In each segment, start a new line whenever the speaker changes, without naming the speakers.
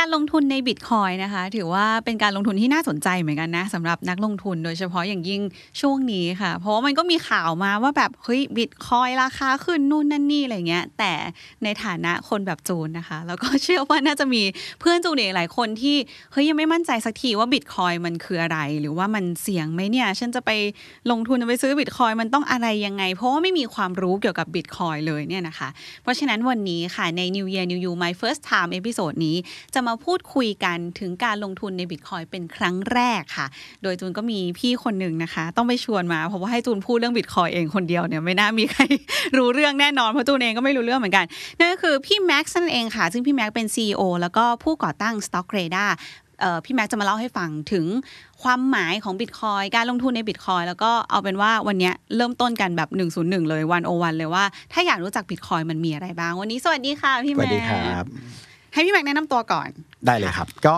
การลงทุนในบิตคอยนะคะ ถือว่าเป็นการลงทุนที่น่าสนใจเหมือนกันนะสำหรับนักลงทุนโดยเฉพาะอย่างยิ่งช่วงนี้ค่ะ เพราะว่ามันก็มีข่าวมาว่าแบบเฮ้ยบิตคอยราคาขึ้นนู่นนั่นนี่อะไรเงี้ย แต่ในฐานะคนแบบจูนนะคะ แล้วก็เชื่อว่าน่าจะมีเพื่อนจูนอีกหลายคนที่เฮ้ยยังไม่มั่นใจสักทีว่าบิตคอยมันคืออะไร หรือว่ามันเสี่ยงไหมเนี่ยฉันจะไปลงทุนไปซื้อบิตคอยมันต้องอะไรยังไง เพราะว่าไม่มีความรู้เกี่ยวกับบิตคอยเลยเนี่ยนะคะ เพราะฉะนั้นวันนี้ค่ะใน New Year New You My First Time เอพิโซดนี้ จะมาพูดคุยกันถึงการลงทุนในบิตคอยเป็นครั้งแรกค่ะ โดยจูนก็มีพี่คนหนึ่งนะคะ ต้องไปชวนมาเพราะว่าให้จูนพูดเรื่องบิตคอยเองคนเดียวเนี่ยไม่น่ามีใคร รู้เรื่องแน่นอนเพราะจูนเองก็ไม่รู้เรื่องเหมือนกันนั่นก็คือพี่แม็กซ์นั่นเองค่ะ ซึ่งพี่แม็กซ์เป็น CEO แล้วก็ผู้ก่อตั้ง Stock r a d a r เอ่อพี่แม็กซ์จะมาเล่าให้ฟังถึงความหมายของบิตคอยการลงทุนในบิตคอยแล้วก็เอาเป็นว่าวันเนี้ยเริ่มต้นกันแบบ 101 เลยวันโอวันเลยว่าถ้าอยากรู้จักบิตคอยมันมีอะไรบ้าง วันนี้สวัสดีค่ะพี่
ส
แม็
วั
ก
ส
ซ์
ดีครับ
ให้พี่แม็กซ์แนะนำตัวก่อน
ได้เลยครับ ก็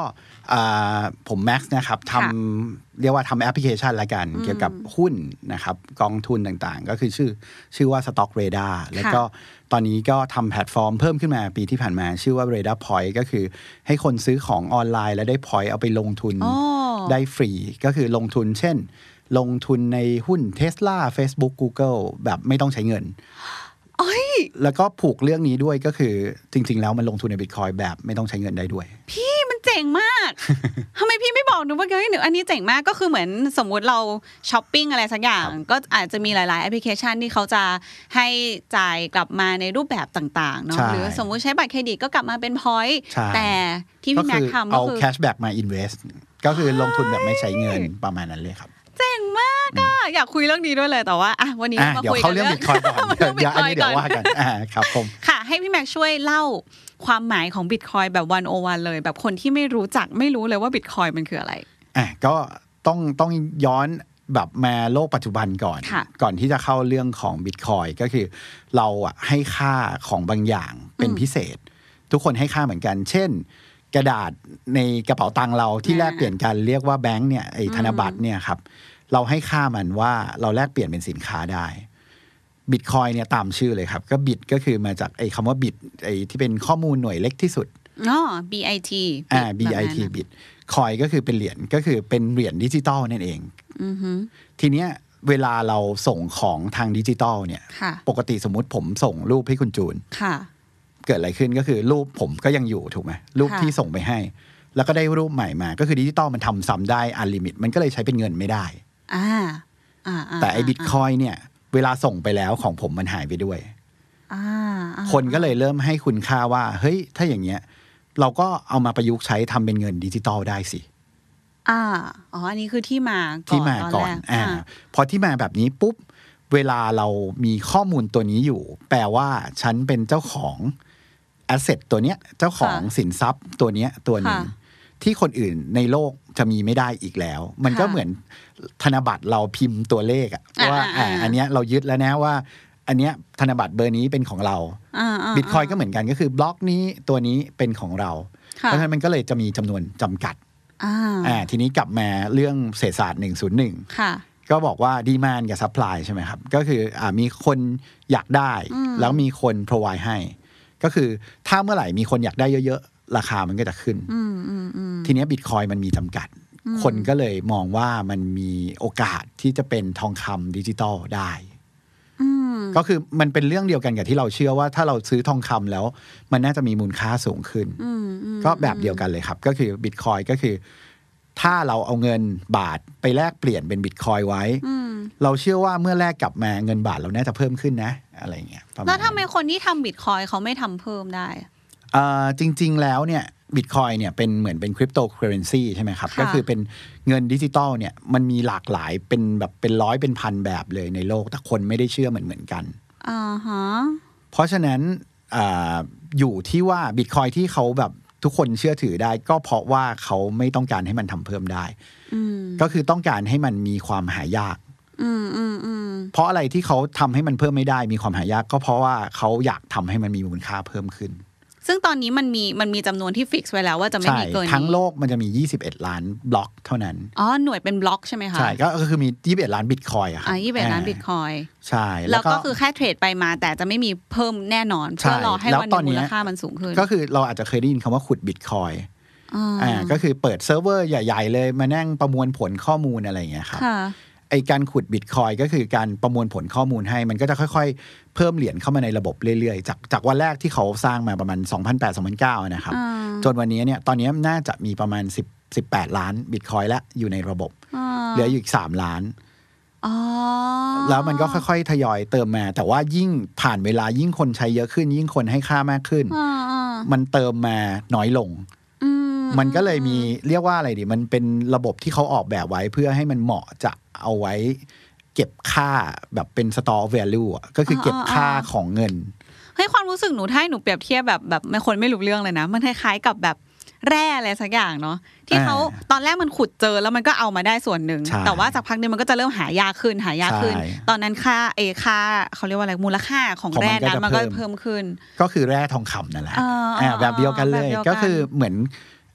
เอ่อผมแม็กซ์นะครับท
ค่ะ
ำเรียกว่าทำแอปพลิเคชันละกัน
อืม
เกี่ยวกับหุ้นนะครับกองทุนต่างๆ ก็คือชื่อชื่อว่า Stock r a d a r แล้วก็ตอนนี้ก็ทำแพลตฟอร์มเพิ่มขึ้นมาปีที่ผ่านมา ชื่อว่า r a d a r Point ก็คือให้คนซื้อของออนไลน์ แล้วได้ point เอาไปลงทุน
อ๋อ
ได้ฟรี ก็คือลงทุนเช่น ลงทุนในหุ้น Tesla Facebook Google แบบไม่ต้องใช้เงิน
เอ้ย
แล้วก็ผูกเรื่องนี้ด้วยก็คือจริง ๆ แล้วมันลงทุนใน Bitcoin แบบไม่ต้องใช้เงินได้ด้วย
มันเจ๋งมาก ทำไมพี่ไม่บอกหนูว่าเฮ้ยหนูอันนี้เจ๋งมากก็คือเหมือนสมมุติเราช้อปปิ้งอะไรสักอย่าง ก็อาจจะมีหลาย ๆ แอปพลิเคชันที่เขาจะให้จ่ายกลับมาในรูปแบบต่าง ๆ เนาะ
ใช่
หรือสมมุติใช้บัตรเครดิตก็กลับมาเป็นพอยต์
ใช่
แต่ที่พี่แม็กซ์ทำก็
เอา
คือ
cash back มา invest ก็คือลงทุนแบบไม่ใช้เงินประมาณนั้นเลยครับ
เจ๋งมากอะอยากคุยเรื่องนี้ด้วยเลยแต่ว่าอ่ะวันนี้
อ่ะ
มา
เดี๋ยว
คุย
เข้า
กัน
เรื่อง
เรื่อ
บิ
ง
ตคอยก่อน
มาเรื่อง
เดี๋ยวอัน
Bitcoin
นี้เดี๋ยว
ก่อน
ว่ากันอ่าครับผม
ค่ะ ให้พี่แม็กซ์ช่วยเล่าความหมายของบิตคอยแบบวันโอวันเลย แบบคนที่ไม่รู้จักไม่รู้เลยว่าบิตคอยมันคืออะไร
อ่ะก็ต้องต้องย้อนแบบมาโลกปัจจุบันก่อน
ค่ะ
ก่อนที่จะเข้าเรื่องของบิตคอยก็คือ เราอ่ะให้ค่าของบางอย่างเป็น
อืม
พิเศษ ทุกคนให้ค่าเหมือนกัน เช่น กระดาษในกระเป๋าตังเราที่
อ่า
แลกเปลี่ยนกันเรียกว่าแบงค์เนี่ยไอ้
อืม
ธนบัตรเนี่ยครับเราให้ค่ามันว่าเราแลกเปลี่ยนเป็นสินค้าได้บิตคอยเนี่ยตามชื่อเลยครับ ก็บิตก็คือมาจากไอ้คำว่าบิตไอ้ที่เป็นข้อมูลหน่วยเล็กที่สุด
อ๋อ BIT
อ่า
แบบนั้น
BIT
อะ
bit คอยก็คือเป็นเหรียญก็คือเป็นเหรียญดิจิตอลนั่นเอง
อือฮึ
ทีเนี้ยเวลาเราส่งของทางดิจิตอลเนี่ย
ค่ะ
ปกติสมมติผมส่งรูปให้คุณจูน
ค่ะ
เกิดอะไรขึ้นก็คือรูปผมก็ยังอยู่ถูกไหมรูป
ค่ะ
ที่ส่งไปให้ แล้วก็ได้รูปใหม่มา ก็คือดิจิตอลมันทำซ้ำได้อันลิมิต มันก็เลยใช้เป็นเงินไม่ได้
อ่าอ่าา
แต่ไอ้บิต
า
คอยเนี่ย เวลาส่งไปแล้วของผมมันหายไปด้วย
อ่าอ่า
คนก็เลยเริ่มให้คุณค่าว่า เฮ้ยถ้าอย่างเงี้ยเราก็เอามาประยุกต์ใช้ทำเป็นเงินดิจิตอลได้สิ
อ่าอ๋ออันนี้คือที่มาก่อน
ที่มาก่อ
ต
น
แร
อ่า
อ่า
พอที่มาแบบนี้ปุ๊บ เวลาเรามีข้อมูลตัวนี้อยู่ แปลว่าฉันเป็นเจ้าของแอสเซทตัวเนี้ย เจ้าของ
ค่ะ
สินทรัพย์ตัวเนี้ยตัวหนึ่ง
ค่ะ
ที่คนอื่นในโลกจะมีไม่ได้อีกแล้ว มันก็
ค่ะ
เหมือนธนบัตรเราพิมพ์ตัวเลขอะ
อ่า
ว่า
อ่า
อ่า
อ่า
อันเนี้ยเรายึดแล้วนะว่า อันเนี้ยธนบัตรเบอร์นี้เป็นของเรา
อ่าา
บิตคอยก็เหมือนกันก็คือบล็อกนี้ตัวนี้เป็นของเรา เพ
ค่ะ
ราะฉะนั้นมันก็เลยจะมีจำนวนจำกัด
อ่า
อ่า ทีนี้กลับมาเรื่องเศรษฐศาสตร์101
ค่ะ
ก็บอกว่าดีมานกับซัพพลายใช่ไหมครับ ก็คืออามีคนอยากได้
อืม
แล้วมีคน provide ให้ ก็คือถ้าเมื่อไหร่มีคนอยากได้เยอะๆ ราคามันก็จะขึ้น
อืมอืมอืม
ทีเนี้บิตคอย Bitcoin มันมีจำกัด
อืม
คนก็เลยมองว่ามันมีโอกาสที่จะเป็นทองคำดิจิตอลได้
อืม
ก็คือมันเป็นเรื่องเดียวกันกับที่เราเชื่อว่าถ้าเราซื้อทองคำแล้ว มันน่าจะมีมูลค่าสูงขึ้น
อืมอืม
ก็แบบเดียวกันเลยครับ ก็คือบิตคอยก็คือ ถ้าเราเอาเงินบาทไปแลกเปลี่ยนเป็นบิตคอยไว้
อืม
เราเชื่อว่าเมื่อแลกกลับมาเงินบาทเราน่าจะเพิ่มขึ้นนะ อะไรอย่างเงี้ยประมาณ
แล้วทำไม
นั้น
คนที่ทำบิตคอยเขาไม่ทำเพิ่มได้
เอ่อจริง ๆ แล้วเนี่ยบิตคอยเนี่ยเป็นเหมือนเป็นคริปโตเคอเรนซีใช่ไหมครับ
ค่ะ
ก็คือเป็นเงินดิจิตอลเนี่ยมันมีหลากหลายเป็นแบบเป็นร้อยเป็นพันแบบเลยในโลก แต่คนไม่ได้เชื่อเหมือนเหมือนๆกัน
อ่าฮะ
เพราะฉะนั้นอาอยู่ที่ว่าบิตคอยที่เขาแบบทุกคนเชื่อถือได้ ก็เพราะว่าเขาไม่ต้องการให้มันทำเพิ่มได้
อืม
ก็คือต้องการให้มันมีความหายาก
อืมอืมอืม
เพราะอะไรที่เขาทำให้มันเพิ่มไม่ได้มีความหายาก ก็เพราะว่าเขาอยากทำให้มันมีมูลค่าเพิ่มขึ้น
ซึ่งตอนนี้มันมีมันมีจำนวนที่ฟิกซ์ไว้แล้วว่าจะไม่
ใช่
มีเกินนี้
ทั้งโลกมันจะมี 21 ล้านบล็อกเท่านั้น
อ๋อหน่วยเป็นบล็อกใช่ไหมคะ
ใช่ ก็ก็คือมี 21 ล้านบิตคอยอะครับ
อ่ะยี่สิบล้านบิตคอย
ใช่
แล้วก็คือแค่เทรดไปมาแต่จะไม่มีเพิ่มแน่นอน เพื่อรอให้วันหนึ่งมูลค่ามันสูงขึ้น
ก็คือเราอาจจะเคยได้ยินคำว่าขุดบิตคอย
อ่
อ่า
า
ก็คือเปิดเซิร์ฟเวอร์ใหญ่ ๆ เลยมานั่งประมวลผลข้อมูลอะไรอย่างเงี้ยครับ
ค่ะ
ไอการขุดบิตคอยก็คือการประมวลผลข้อมูลให้ มันก็จะค่อยๆ เพิ่มเหรียญเข้ามาในระบบเรื่อยๆ จากจากวันแรกที่เขาสร้างมาประมาณ 2008-2009 นะครับ
อ่า
จนวันนี้เนี่ยตอนนี้น่าจะมีประมาณ 10 18 ล้านบิตคอยแล้วอยู่ในระบบ
อ่า
เหลืออยู่อีก 3 ล้าน
อ๋อ
แล้วมันก็ค่อยๆ ทยอยเติมมา แต่ว่ายิ่งผ่านเวลายิ่งคนใช้เยอะขึ้น ยิ่งคนให้ค่ามากขึ้น
อ่าอ่า
มันเติมมาน้อยลง
อื
มันก็เลยมีเรียกว่าอะไรดี มันเป็นระบบที่เขาออกแบบไว้เพื่อให้มันเหมาะจะเอาไว้ เก็บค่าแบบเป็น store of value อะก็คือเก็บค่าของเงิน
เฮ้ยความรู้สึกหนูถ้าให้หนูเปรียบเทียบแบบแบบไม่คนไม่รู้เรื่องเลยนะ มันคล้ายๆกับแบบแร่อะไรสักอย่างเนาะที่
อ่า
เขาตอนแรกมันขุดเจอแล้วมันก็เอามาได้ส่วนหนึ่ง
ใช่
แต่ว่าสักพักหนึงมันก็จะเริ่มหายากขึ้นหายากขึ้น
ใช่
ตอนนั้นค่าเอค่าเขาเรียกว่าอะไรมูลค่าของ
ของมัน
แร่
ก็
นั้น
จะ
มันก็
เพิ่
เพิ่
ม
มขึ้น
ก็คือแร่ทองคำนั่นแหละ
อ่าอ่า
อ่าแบบเดียวกันเลย
แบบเดียวกัน
ก็คือเหมือน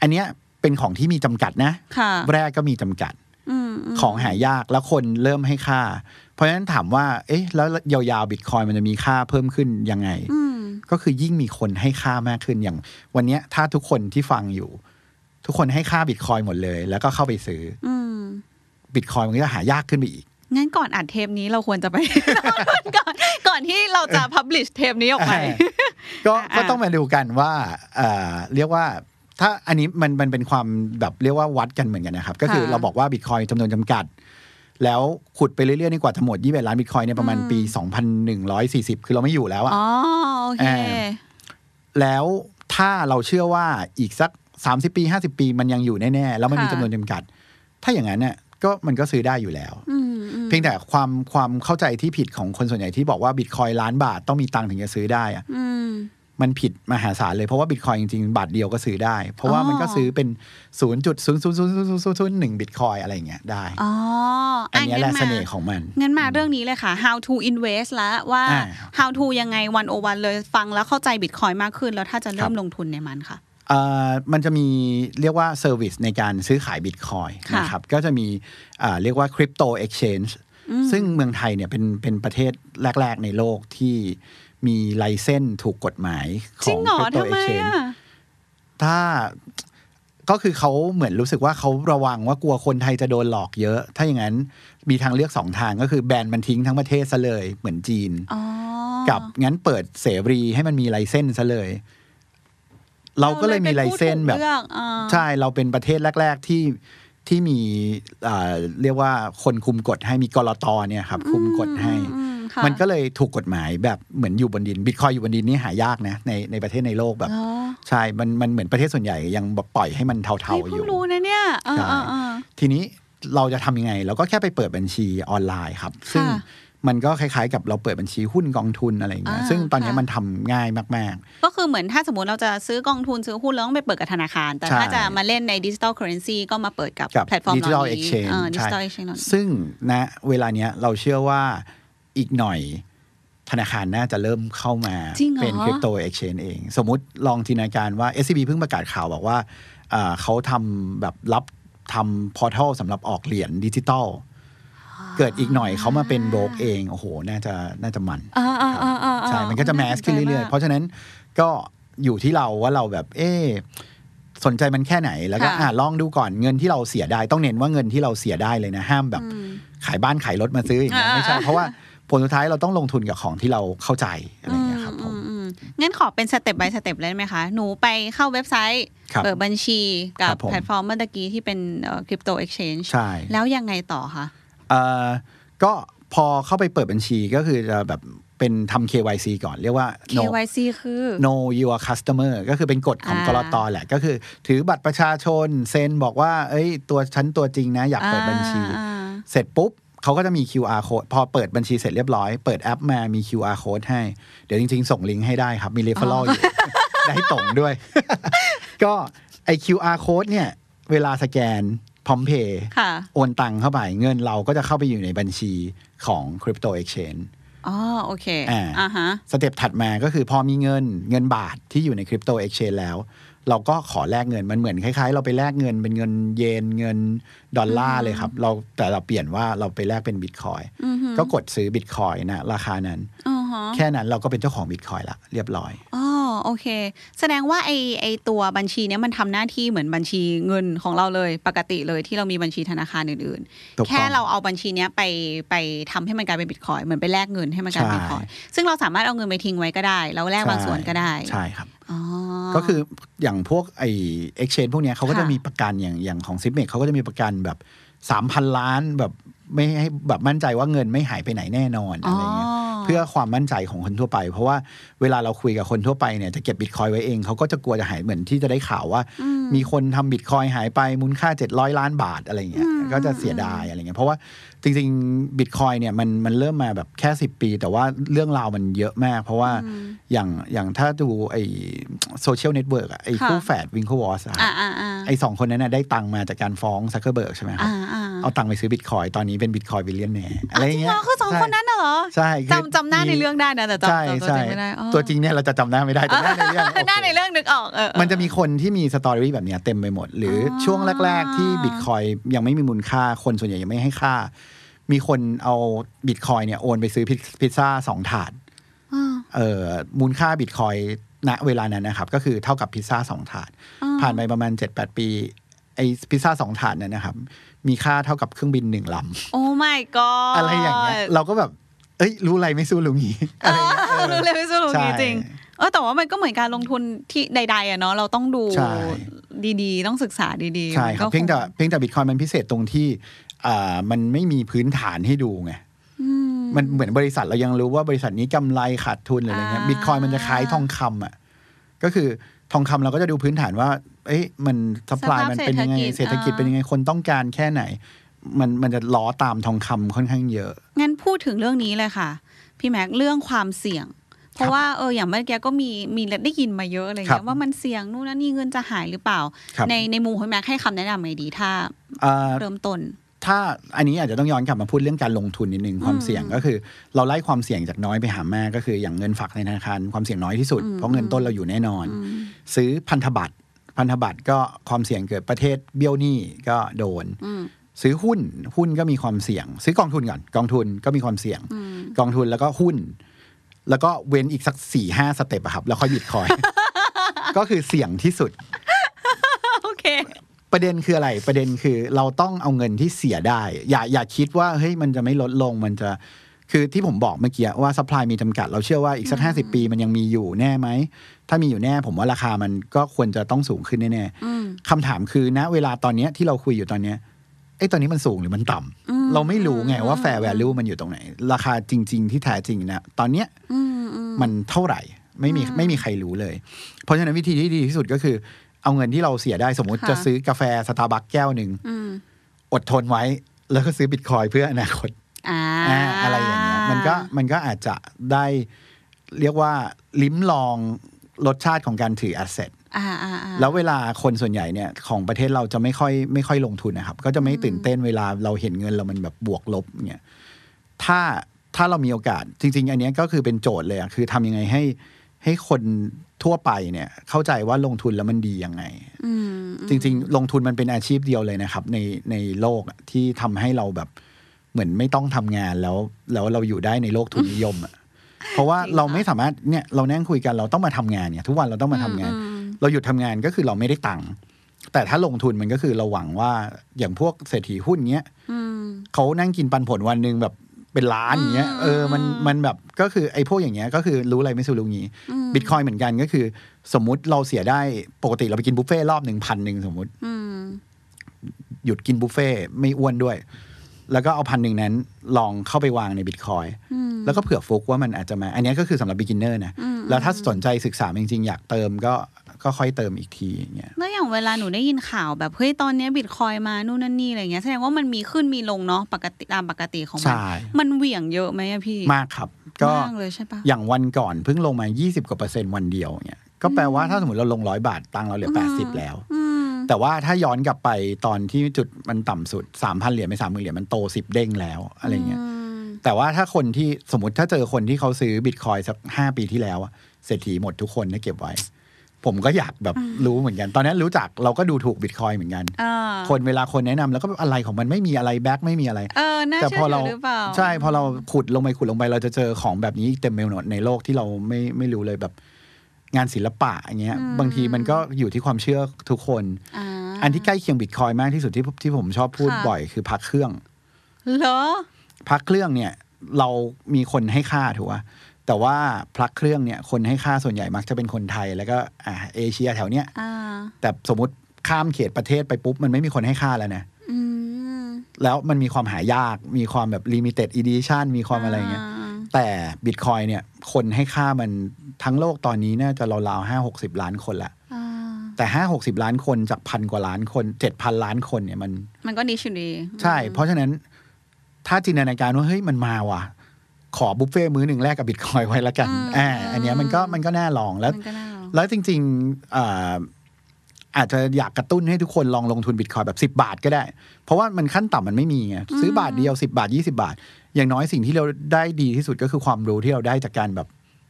อันเนี้ยเป็นของที่มีจำกัดนะ
ค่ะ
แร่ก็มีจำกัด
อืมม
ของหายากแล้วคนเริ่มให้ค่า เพราะฉะนั้นถามว่าเอ๊ะแล้วยาวๆบิตคอยมันจะมีค่าเพิ่มขึ้นยังไง
อืม
ก็คือยิ่งมีคนให้ค่ามากขึ้นอย่าง วันเนี้ยถ้าทุกคนที่ฟังอยู่ ทุกคนให้ค่าบิตคอยน์หมดเลย แล้วก็เข้าไปซื้อ
อืม
บิตคอยน์มันก็หายากขึ้นไปอีก
งั้นก่อนอัดเทปนี้เราควรจะไป ก่อนก่อนที่เราจะพับลิชเทปนี้ออกไป
ก็
อ่ะ
ก็ต้องมาดูกันว่าเอ่อเรียกว่าถ้าอันนี้มันมันเป็นความแบบเรียกว่าวัดกันเหมือนกันนะครับ ก็คือ
ค่ะ
เราบอกว่าบิตคอยน์จำนวนจำกัด แล้วขุดไปเรื่อยๆนี่กว่าจะหมด21ล้านบิตคอยน์เนี่ยประมาณ
อืม
ปี 2140 คือเราไม่อยู่แล้วอะ
อ๋อโอเค
อ่า แล้วถ้าเราเชื่อว่าอีกสัก 30 ปี 50 ปีมันยังอยู่แน่ๆ แล้วมันมี
ค่ะ
จำนวนจำกัด ถ้าอย่างนั้นเนี่ยก็มันก็ซื้อได้อยู่แล้ว
อืมอืม
เพียงแต่ความความเข้าใจที่ผิดของคนส่วนใหญ่ที่บอกว่าบิตคอยล้านบาทต้องมีตังค์ถึงจะซื้อได้อะ
อืม
มันผิดมหาศาลเลยเพราะว่าบิตคอยจริงๆ บาทเดียวก็ซื้อได้ เพราะว่ามันก็ซื้อเป็น 0.0000001บิตคอยอะไรอย่างเงี้ยได้
อ๋อ
อั
อั
นเนี้ยแหละเสน่ห์ของมัน
งั้นมาเรื่องนี้เลยค่ะ how to invest ละว่า
อ่า
how to ยังไงวันโอวันเลยฟังแล้วเข้าใจบิตคอยมากขึ้น แล้วถ้าจะเริ่มลงทุนในมันค่ะ
เอ่อมันจะมีเรียกว่าเซอร์วิสในการซื้อขายบิตคอย
ค่ะ
นะครับ ก็จะมีเอ่อเรียกว่าคริปโตเอ็กชแนนซึ่งเมืองไทยเนี่ยเป็นเป็นประเทศแรก ๆ ในโลกที่มีไลเซนส์ถูกกฎหมายข
จริ
อง ง
เหรอ
คริ
ทำ
ปโตเอ็
ไม
กชแนน
อ่ะ
ถ้าก็คือเขาเหมือนรู้สึกว่าเขาระวังว่ากลัวคนไทยจะโดนหลอกเยอะ ถ้าอย่างนั้นมีทางเลือกสองทางก็คือแบนมันทิ้งทั้งประเทศซะเลยเหมือนจีน
อ๋อ
กับงั้นเปิดเสรีให้มันมีไลเซนส์ซะเลย เราก็เลยมีไลเซนส์แบบ
ราเลยป็ผู้ถูกเลือกอ่า
ใช่เราเป็นประเทศแรก ๆ ที่ที่มีเอ่อเรียกว่าคนคุมกฎให้มีกรตเนี่ยครับคุมกฎให้
อืมค่ะ
มันก็เลยถูกกฎหมายแบบเหมือนอยู่บนดินบิตคอยอยู่บนดินนี่หายากนะในในประเทศในโลกแบบ
เหรอ
ใช่ มัน มันเหมือนประเทศส่วนใหญ่ยังแบบปล่อยให้มัน
เฮ้
เทาย ๆอ
เพิ่ง
ยู่
รู้นะเนี่ยเออ
ใช่
เออเออ
ทีนี้เราจะทำยังไง เราก็แค่ไปเปิดบัญชีออนไลน์ครับ ซึ่งมันก็คล้ายๆ กับเราเปิดบัญชีหุ้นกองทุนอะไรอย่างเงี้ย
อ่า
ซึ่งตอนนี้
ค่ะ
มันทำง่ายมาก
ก็คือเหมือนถ้าสมมติเราจะซื้อกองทุนซื้อหุ้นแล้วต้องไปเปิดกับธนาคาร แต่
ใช่
ถ้าจะมาเล่นในดิจิ t a ลเคอเรนซีก็มาเปิดกับ
ๆ กับ
แพลตฟอร์ม
ดิจิทัล
หล่า
เอ็ก
นี้
ชแน
เออ
ใช่
digital exchange เหล่านี้
ซึ่งณเวลาเนี้ยเราเชื่อว่าอีกหน่อยธนาคารน่าจะเริ่มเข้ามา
จริงเหรอ
เป็นคริปโตเอ็กชแนนเอง สมมติลองจินตนาการว่า SCB เพิ่งประกาศข่าวบอกว่าอ่าเขาทำแบบรับทำพอร์ทัลสำหรับออกเหรียญดิจิตอล เกิดอีกหน่อยเขามาเป็นโบรกเอง โอ้โห น่าจะน่าจะมัน
อ่าอ่าอ่าอ่าอ่า
ใช่ มันก็จะแมสขึ้นเรื่อยๆ เพราะฉะนั้นก็อยู่ที่เราว่าเราแบบ เอ๊ะสนใจมันแค่ไหนแล้วก็
ค่ะ
อ่ะลองดูก่อนเงินที่เราเสียได้ต้องเน้นว่าเงินที่เราเสียได้เลยนะ ห้ามแบบ
อืม
ขายบ้านขายรถมาซื้ออย่างเงี้ย
อ่า
ไม่ใช่
อ่า
เพราะว่าผลสุดท้ายเราต้องลงทุนกับของที่เราเข้าใจอะไรอย่างเงี้ยครับผ
อื
ม
มอืมอืมงั้นขอเป็นสเต็ป by สเต็ปเลยได้ไหมคะ หนูไปเข้าเว็บไซต์
ครับ
เปิดบัญชีกั
ครับ บผม
แพลตฟอร์มเมื่อตะกี้ที่เป็นคริปโตเอ็กชแนน
ใช่
แล้วยังไงต่อคะ
เอ่อก็พอเข้าไปเปิดบัญชีก็คือจะแบบเป็นทำ KYC ก่อนเรียกว่า no
KYC คือ
no your customer ก็คือเป็นกฎของ
อ่าก
รตแหละ ก็คือถือบัตรประชาชนเซ็นบอกว่า เอ้ย ตัวฉันตัวจริงนะ อยากเปิดบัญชี
อ่า
เสร็จปุ๊บเขาก็จะมี QR code พอเปิดบัญชีเสร็จเรียบร้อย เปิดแอปมามี QR code ให้ เดี๋ยวจริง ๆ ส่งลิงก์ให้ได้ครับ มี referral อยู่ ได้ตรงด้วย ก็ไอ QR code เนี่ย เวลาสแกน พร้อมเพย์
ค่ะ
โอนตังเข้าไปเงินเราก็จะเข้าไปอยู่ในบัญชีของคริปโตเอ็กชแน
อ๋อโอเค
อ่า
อ่าฮะ
สเต็ปถัดมาก็คือพอมีเงินเงินบาทที่อยู่ในคริปโตเอ็กชแนนแล้ว เราก็ขอแลกเงินมันเหมือนคล้ายๆ เราไปแลกเงินเป็นเงินเยนเงินดอลลาร์เลยครับ เราแต่เราเปลี่ยนว่าเราไปแลกเป็นบิตคอย
อือฮึ
ก็กดซื้อบิตคอยนะราคานั้น
อ๋อฮะ
แค่นั้นเราก็เป็นเจ้าของบิตคอยละเรียบร้อย
อ๋อโอเค แสดงว่าไอไอตัวบัญชีเนี้ยมันทำหน้าที่เหมือนบัญชีเงินของเราเลยปกติเลยที่เรามีบัญชีธนาคารอื่น
ถูก
ๆ
ต้อง
แค่เราเอาบัญชีเนี้ยไปไปทำให้มันกลายเป็นบิตคอยเหมือนไปแลกเงินให้มันกลายเป็นบิตคอย
ใช่
ซึ่งเราสามารถเอาเงินไปทิ้งไว้ก็ได้ แล้วแลกบางส่วนก็ได้
ใช่ครับ
อ๋อ
ก็คืออย่างพวกไอเอ็กชแนนพวกเนี้ยเขาก็จะ
ค่ะ
มีประกันอย่างอย่างของซิปเมกเขาก็จะมีประกันแบบ 3,000 ล้านแบบไม่ให้แบบมั่นใจว่าเงินไม่หายไปไหนแน่นอนอะไรเงี้ยเพื่อความมั่นใจของคนทั่วไป เพราะว่าเวลาเราคุยกับคนทั่วไปเนี่ยจะเก็บบิตคอยไว้เองเขาก็จะกลัวจะหายเหมือนที่จะได้ข่าวว่า
อืม
มีคนทำบิตคอยหายไปมูลค่า 700 ล้านบาทอะไรเงี้ย
อืม
ก็จะเสียดายอะไรเงี้ยเพราะว่าจริงๆบิตคอยเนี่ยมันมันเริ่มมาแบบแค่ 10 ปี แต่ว่าเรื่องราวมันเยอะมาก เพราะว่า
อืม
อย่างอย่างถ้าดูไอโซเชียลเน็ตเวิร์กอะไอ
ค่ะ
คู่แฝดวิงเคิลวอสอะ
อ่าอ่าอ่า
ไอสองคนนั้นน่ะได้ตังค์มาจากการฟ้องซักเคอร์เบิร์กใช่ไหมครับ
อ่าอ่า
เอาตังค์ไปซื้อบิตคอยตอนนี้เป็นบิตคอยวิลเลียนแนร์อะไร
จริง
เงี้
เหร
ย
อคือสองคนนั้นน่ะเหรอ
ใช่คือ
จำจำหน้าในเรื่องได้นะแต่จำ
ใช่
จำตัว
ใช่
จริงไม่ได้อ๋อ
ตัวจริงเนี่ยเราจะจำหน้าไม่ได้แต่หน้าใน เรื่องโอ
หน้า
เค
ในเรื่องนึกออกเออเออ
มันจะมีคนที่มีสตอรี่แบบเนี้ยเต็มไปหมด หรืออ
อ
ช่วงแรก ๆ ที่บิตคอยยังไม่มีมูลค่าคนส่วนใหญ่ยังไม่ให้ค่า มีคนเอาบิตคอยเนี่ยโอนไปซื้อพิซพิซซ่าสองถาด
อ่า
เอ่อมูลค่าบิตคอยณเวลานั้นนะครับ ก็คือเท่ากับพิซซ่าสองถาด
อ๋อ
ผ่านไปประมาณ 7-8 ปีไอพิซซ่าสองถาดนั้นนะครับ มีค่าเท่ากับเครื่องบินหนึ่งลำ
โอ้ my god
อะไรอย่างเงี้ยเราก็แบบ เอ้ย รู้อะไรไม่สู้ลุงงี้อะไรอย่างเงี้ย
เออ
เอ
รู้
อ
เลยไม่สู้รู้
ใช่
จริงๆเออแต่ว่ามันก็เหมือนการลงทุนที่ใด ๆอะเนาะเราต้องดู
ใช่
ดีๆ ต้องศึกษาดีๆ
ใช่ค
มัน
รับ
ก็
เพียงแต่เพียงแต่บิตคอยมันพิเศษตรงที่อ่ามันไม่มีพื้นฐานให้ดูไง
อืม
มันเหมือนบริษัทเรายังรู้ว่าบริษัทนี้กำไรขาดทุนหรืออะไรเงี้ย
อ่า
บิตคอยมันจะคล้ายทองคำอ่ะก็คือทองคำเราก็จะดูพื้นฐานว่า เอ๊ะมันสป라이มันเป็นยังไงเศรษฐกิจเป็นยังไงคนต้องการแค่ไหน มันมันจะล้อตามทองคำค่อนข้างเยอะ
งั้นพูดถึงเรื่องนี้เลยค่ะ พี่แม็กเรื่องความเสี่ยง เพราะว่าเอออย่างเมื่อกี้ก็มีมีได้ยินมาเยอะอะไร
ครั
เงี้
บ
ยว่ามันเสี่ยงนู่นนั่นนี่เงินจะหายหรือเปล่า
ครับ
ในในมุมของพี่แม็กให้คำแนะนำไงดีถ้า
อ่า
เริ่มต้น
ถ้าอันนี้อาจจะต้องย้อนกลับมาพูดเรื่องการลงทุนนิดนึงความเสี่ยงก็คือ เราไล่ความเสี่ยงจากน้อยไปหามากก็คืออย่างเงินฝากในธนาคารความเสี่ยงน้อยที่สุด
อืม
เพราะเงินต้นเราอยู่แน่นอน
อืม
ซื้อพันธบัตรพันธบัตรก็ความเสี่ยงเกิดประเทศเบี้ยวหนี้ก็โดน
อืม
ซื้อหุ้นหุ้นก็มีความเสี่ยง ซื้อกองทุนก่อนกองทุนก็มีความเสี่ยง
อืม
กองทุนแล้วก็หุ้น แล้วก็เว้นอีกสักสี่ห้าสเต็ปอะครับแล้วค่อยบิตคอย ก็คือเสี่ยงที่สุด
โอเค
ประเด็นคืออะไรประเด็นคือเราต้องเอาเงินที่เสียได้ อย่าอย่าคิดว่าเฮ้ยมันจะไม่ลดลงมันจะคือที่ผมบอกเมื่อกี้ว่าสป라이มีจำกัด เราเชื่อว่าอีกสัก 50 ปีมันยังมีอยู่แน่ไหม ถ้ามีอยู่แน่ผมว่าราคามันก็ควรจะต้องสูงขึ้นแน่
อืม
ๆคำถามคือณเวลาตอนเนี้ยที่เราคุยอยู่ตอนเนี้ยไอ้ตอนนี้มันสูงหรือมันต่ำ
อืม
เราไม่รู้ไงว่าแฟร์แวลูมันอยู่ตรงไหน ราคาจริง ๆ ที่แท้จริงนะตอนเนี้ย
อืมอืม
มันเท่าไหร่ไม่มีไม่มีใครรู้เลย เพราะฉะนั้นวิธีที่ดีที่สุดก็คือ เอาเงินที่เราเสียได้สมมติ
ค่ะ
จะซื้อกาแฟสตาร์บัคแก้วหนึ่ง
อืม
อดทนไว้ แล้วก็ซื้อบิตคอยน์เพื่ออนาคต
อ่า
อ่าอะไรอย่างเงี้ยมันก็มันก็อาจจะได้เรียกว่าลิ้มลองรสชาติของการถือแอสเซท
อ่าอ่าอ่า
แล้วเวลาคนส่วนใหญ่เนี่ยของประเทศเราจะไม่ค่อยไม่ค่อยลงทุนนะครับ ก็จะไม่ตื่นเต้นเวลาเราเห็นเงินเรามันแบบบวกลบเนี่ยถ้าถ้าเรามีโอกาสจริง ๆ อันเนี้ยก็คือเป็นโจทย์เลยอะคือทำยังไงให้ให้คนทั่วไปเนี่ยเข้าใจว่าลงทุนแล้วมันดียังไง
อืม
จริงๆ ลงทุนมันเป็นอาชีพเดียวเลยนะครับ ในในโลกอะที่ทำให้เราแบบเหมือนไม่ต้องทำงานแล้ว แล้วเราอยู่ได้ในโลกทุนนิยม อะเพราะว่าเราไม่สามารถเนี่ยเรานั่งคุยกันเราต้องมาทำงานเนี่ย ทุกวันเราต้องมาทำงาน
อืม
เราหยุดทำงานก็คือเราไม่ได้ตังค์แต่ถ้าลงทุนมันก็คือเราหวังว่าอย่างพวกเศรษฐีหุ้นเนี้ย
อืม
เขานั่งกินปันผลวันหนึ่งแบบเป็นล้านอย่างเงี้ยเออมันมันแบบก็คือไอ้พวกอย่างเงี้ยก็คือรู้อะไรไม่สู้รู้งี้
อืม
บิตคอยเหมือนกันก็คือ สมมุติเราเสียได้ปกติเราไปกินบุฟเฟ่ต์รอบหนึ่งพันหนึ่งสมมติ
อืม
หยุดกินบุฟเฟ่ต์ไม่อ้วนด้วย แล้วก็เอาพันหนึ่งนั้นลองเข้าไปวางในบิตคอย
อืม
แล้วก็เผื่อฟุกว่ามันอาจจะมา อันนี้ก็คือสำหรับ beginner นะ แล้วถ้าสนใจศึกษาจริงๆ อยากเติมก็ก็ค่อยเติมอีกทีอย่างเงี้ย
แล้วอย่างเวลาหนูได้ยินข่าวแบบเฮ้ยตอนเนี้บิตคอย Bitcoin มานู่นนั่นนี่อะไรเงี้ยแสดงว่ามันมีขึ้นมีลงเนาะปกติตามปกติของมั
ใช่
มันเหวี่ยงเยอะไหมอะพี่
มากครับ ก็
มากเลยใช่ปะ
อย่างวันก่อนเพิ่งลงมา 20 กว่าเปอร์เซ็นต์วันเดียวเนี่ยก็แปลว่าถ้าสมมติเราลงร้อยบาทตังค์เราเหลือ 80 แล้ว
อืม
แต่ว่าถ้าย้อนกลับไปตอนที่จุดมันต่ำสุด 3,000 เหรียญไป3 0 0 0เหรียญมันโต 10 เด้งแล้วอะไรเงี้ย
ม
แต่ว่าถ้าคนที่สมมติถ้าเจอคนที่เขาซื้อบิตคอยสักห้าปีที่แล้วอะเศรษฐีหมดทุกคนนะเก็บไว้ ผมก็อยากแบบรู้เหมือนกัน ตอนนั้นรู้จักเราก็ดูถูกบิตคอยเหมือนกัน
เออ
คนเวลาคนแนะนำแล้วก็อะไรของมันไม่มีอะไรแบ็คไม่มีอะไร
เออน่า
แต่
เชื่
พอ
อ
เรา
ถือหรือเปล่า
ใช่พอเราขุดลงไปขุดลงไปเราจะเจอของแบบนี้อีกเต็มไปหมดในโลกที่เราไม่ไม่รู้เลยแบบงานศิลปะอย่างเงี้ย
อืม
บางทีมันก็อยู่ที่ความเชื่อทุกคน
อ่า
อันที่ใกล้เคียงบิตคอยมากที่สุดที่ที่ผมชอบพูด
ค่ะ
บ่อยคือพักเครื่อง
เหรอ
พักเครื่องเนี่ยเรามีคนให้ค่าถูกป่ะแต่ว่าพลักเครื่องเนี่ยคนให้ค่าส่วนใหญ่มักจะเป็นคนไทย แล้วก็อ่าเอเชียแถวเนี้ย
อ่า
แต่สมมติข้ามเขตประเทศไปปุ๊บ มันไม่มีคนให้ค่าแล้วนะ
อืม
แล้วมันมีความหายากมีความแบบลิมิเต็ดอีดิชันมีความอะไรเงี้ยแต่บิตคอยเนี่ยคนให้ค่ามันทั้งโลกตอนนี้น่าจะราวๆห้าหกสิบล้านคนละ
อ่า
แต่ห้าหกสิบล้านคนจากพันกว่าล้านคนเจ็ดพันล้านคนเนี่ยมัน
มันก็นิชอยู่ดี
ใช่ เพราะฉะนั้นถ้าจินตนาการว่าเฮ้ยมันมาว่ะ ขอบุฟเฟ่ต์มื้อหนึ่งแลกกับบิตคอยน์ไว้ละกันอ่าอันเนี้ยมันก็มันก็น่าลองแล้ว
มันก็น่าลอง
แล้วจริงๆอ่าอาจจะอยากกระตุ้นให้ทุกคนลองลงทุนบิตคอยน์แบบ 10 บาทก็ได้ เพราะว่ามันขั้นต่ำมันไม่มีไงซื้อบาทเดียว 10 บาท 20 บาท อย่างน้อยสิ่งที่เราได้ดีที่สุดก็คือความรู้ที่เราได้จากการแบบ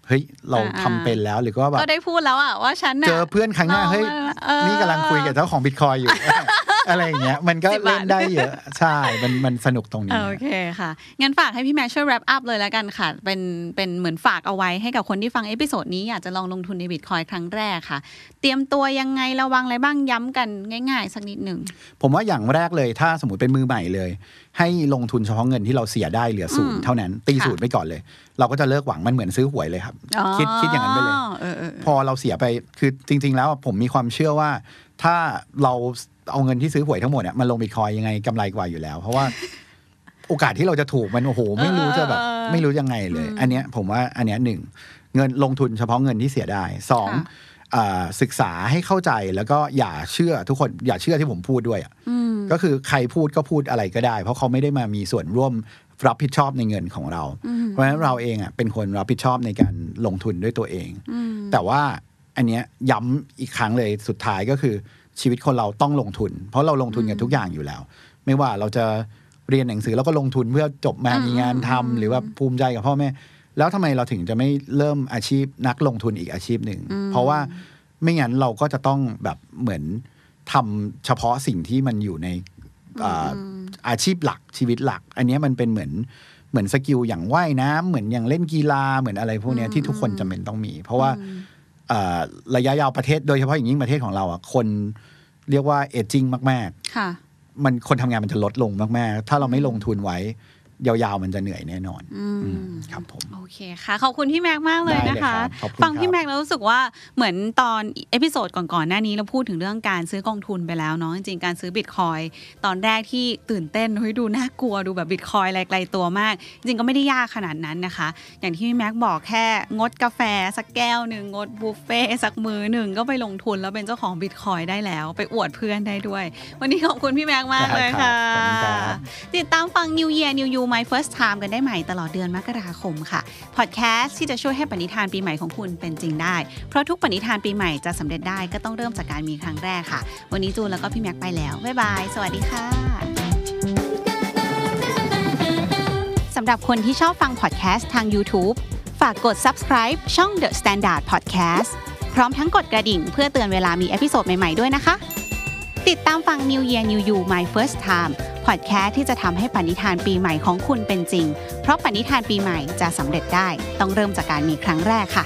เฮ้ยเราทำเป็นแล้วหรือว่าแบบ
ก็ได้พูดแล้วอ่ะว่าฉันน่ะ
เจอเพื่อนครั้งหน้า
เรา
เฮ้ย
เออ
นี่กำลังคุยกับเจ้าของบิตคอยอยู่ อะไรอย่างเงี้ยมันก็
สิบบาท
เล่นได้เยอะ ใช่มันมันสนุกตรงนี้
โอเคค่ะ งั้นฝากให้พี่แม่ช่วย wrap up เลยแล้วกันค่ะ เป็นเป็นเหมือนฝากเอาไว้ให้กับคนที่ฟังเอพิโซดนี้อยากจะลองลงทุนในบิตคอยครั้งแรกค่ะ เตรียมตัวยังไงระวังอะไรบ้างย้ำกันง่าย ๆ สักนิดหนึ่ง
ผมว่าอย่างแรกเลยถ้าสมมติเป็นมือใหม่เลย ให้ลงทุนเฉพาะเงินที่เราเสียได้เหลือศูน
อื
ย์
ม
เท่านั้น ตี
ค่ะ
ศูนย์ไปก่อนเลย เราก็จะเลิกหวังมันเหมือนซื้อหวยเลยครับ
อ๋อ
คิดคิดอย่างนั้นไปเลย
เออเออเออ
พอเราเสียไปคือจริง ๆ แล้วผมมีความเชื่อว่า ถ้าเราเอาเงินที่ซื้อหวยทั้งหมดอะมันลงบิตคอยยังไงกำไรกว่าอยู่แล้ว เพราะว่า โอกาสที่เราจะถูกมันโอ้โห ไม่รู้จะแบบ
เออเออ
ไม่รู้ยังไงเลย อันเนี้ยผมว่าอันเนี้ยหนึ่งเงินลงทุนเฉพาะเงินที่เสียได้สองอ่าศึกษาให้เข้าใจแล้วก็อย่าเชื่อทุกคนอย่าเชื่อที่ผมพูดด้วยอะ
อืม
ก็คือใครพูดก็พูดอะไรก็ได้ เพราะเขาไม่ได้มามีส่วนร่วมรับผิดชอบในเงินของเรา เพราะฉะนั้นเราเองอ่ะเป็นคนรับผิดชอบในการลงทุนด้วยตัวเอง แต่ว่าอันเนี้ยย้ำอีกครั้งเลยสุดท้ายก็คือชีวิตคนเราต้องลงทุน เพราะเราลงทุนกันทุกอย่างอยู่แล้ว ไม่ว่าเราจะเรียนหนังสือแล้วก็ลงทุนเพื่อจบมา
อืม
มีงานทำ
อืม
หรือว่าภูมิใจกับพ่อแม่ แล้วทำไมเราถึงจะไม่เริ่มอาชีพนักลงทุนอีกอาชีพหนึ่งเพราะว่าไม่งั้นเราก็จะต้องแบบเหมือนทำเฉพาะสิ่งที่มันอยู่ในอ่าอาชีพหลักชีวิตหลัก อันเนี้ยมันเป็นเหมือนเหมือนสกิลอย่างว่ายน้ำเหมือนอย่างเล่นกีฬาเหมือนอะไรพวกเนี้ยที่ทุกคนจำเป็นต้องมี เพราะว่า เอ่อระยะยาวประเทศโดยเฉพาะอย่างยิ่งประเทศของเราอ่ะคนเรียกว่าเอจิ้งมาก
ค่ะ
ๆ มันคนทำงานมันจะลดลงมากๆ ถ้าเราไม่ลงทุนไว้ ยาวๆมันจะเหนื่อยแน่นอน
อื
อื
ม
มครับผม
โอเคค่ะ ขอบคุณพี่แม็กซ์มากเลยนะคะ
ได้เลยครับขอบคุณ
ฟังพี่
ครับ
แม็กซ์แล้วรู้สึกว่าเหมือนตอนเอพิโซดก่อนๆหน้านี้เราพูดถึงเรื่องการซื้อกองทุนไปแล้วเนาะจริงๆการซื้อบิตคอยน์ตอนแรกที่ตื่นเต้นเฮ้ยดูน่ากลัวดูแบบบิตคอยน์อะไรไกลตัวมาก จริงๆก็ไม่ได้ยากขนาดนั้นนะคะ อย่างที่พี่แม็กซ์บอกแค่งดกาแฟสักแก้วหนึ่งงดบุฟเฟ่ต์สักมือหนึ่งก็ไปลงทุนแล้วเป็นเจ้าของบิตคอยน์ได้แล้ว ไปอวดเพื่อนได้ด้วย วันนี้ขอบคุณพี่แม็กซ์มากเลยค่ะ
ได้ครับขอบคุณครับ
ติดตามฟัง New Year New You My First Time กันได้ใหม่ตลอดเดือนมกราคมค่ะ พอดแคสต์ที่จะช่วยให้ปณิธานปีใหม่ของคุณเป็นจริงได้ เพราะทุกปณิธานปีใหม่จะสำเร็จได้ก็ต้องเริ่มจากการมีครั้งแรกค่ะ วันนี้จูนแล้วก็พี่แม็กไปแล้ว บ๊ายบาย สวัสดีค่ะสำหรับคนที่ชอบฟังพอดแคสต์ทาง YouTube ฝากกด subscribe ช่อง The Standard Podcast พร้อมทั้งกดกระดิ่ง เพื่อเตือนเวลามีเอพิโซดใหม่ ๆ ด้วยนะคะ ติดตามฟัง New Year New You My First Time พอดแคสต์ที่จะทำให้ปณิธานปีใหม่ของคุณเป็นจริง เพราะปณิธานปีใหม่จะสำเร็จได้ ต้องเริ่มจากการมีครั้งแรกค่ะ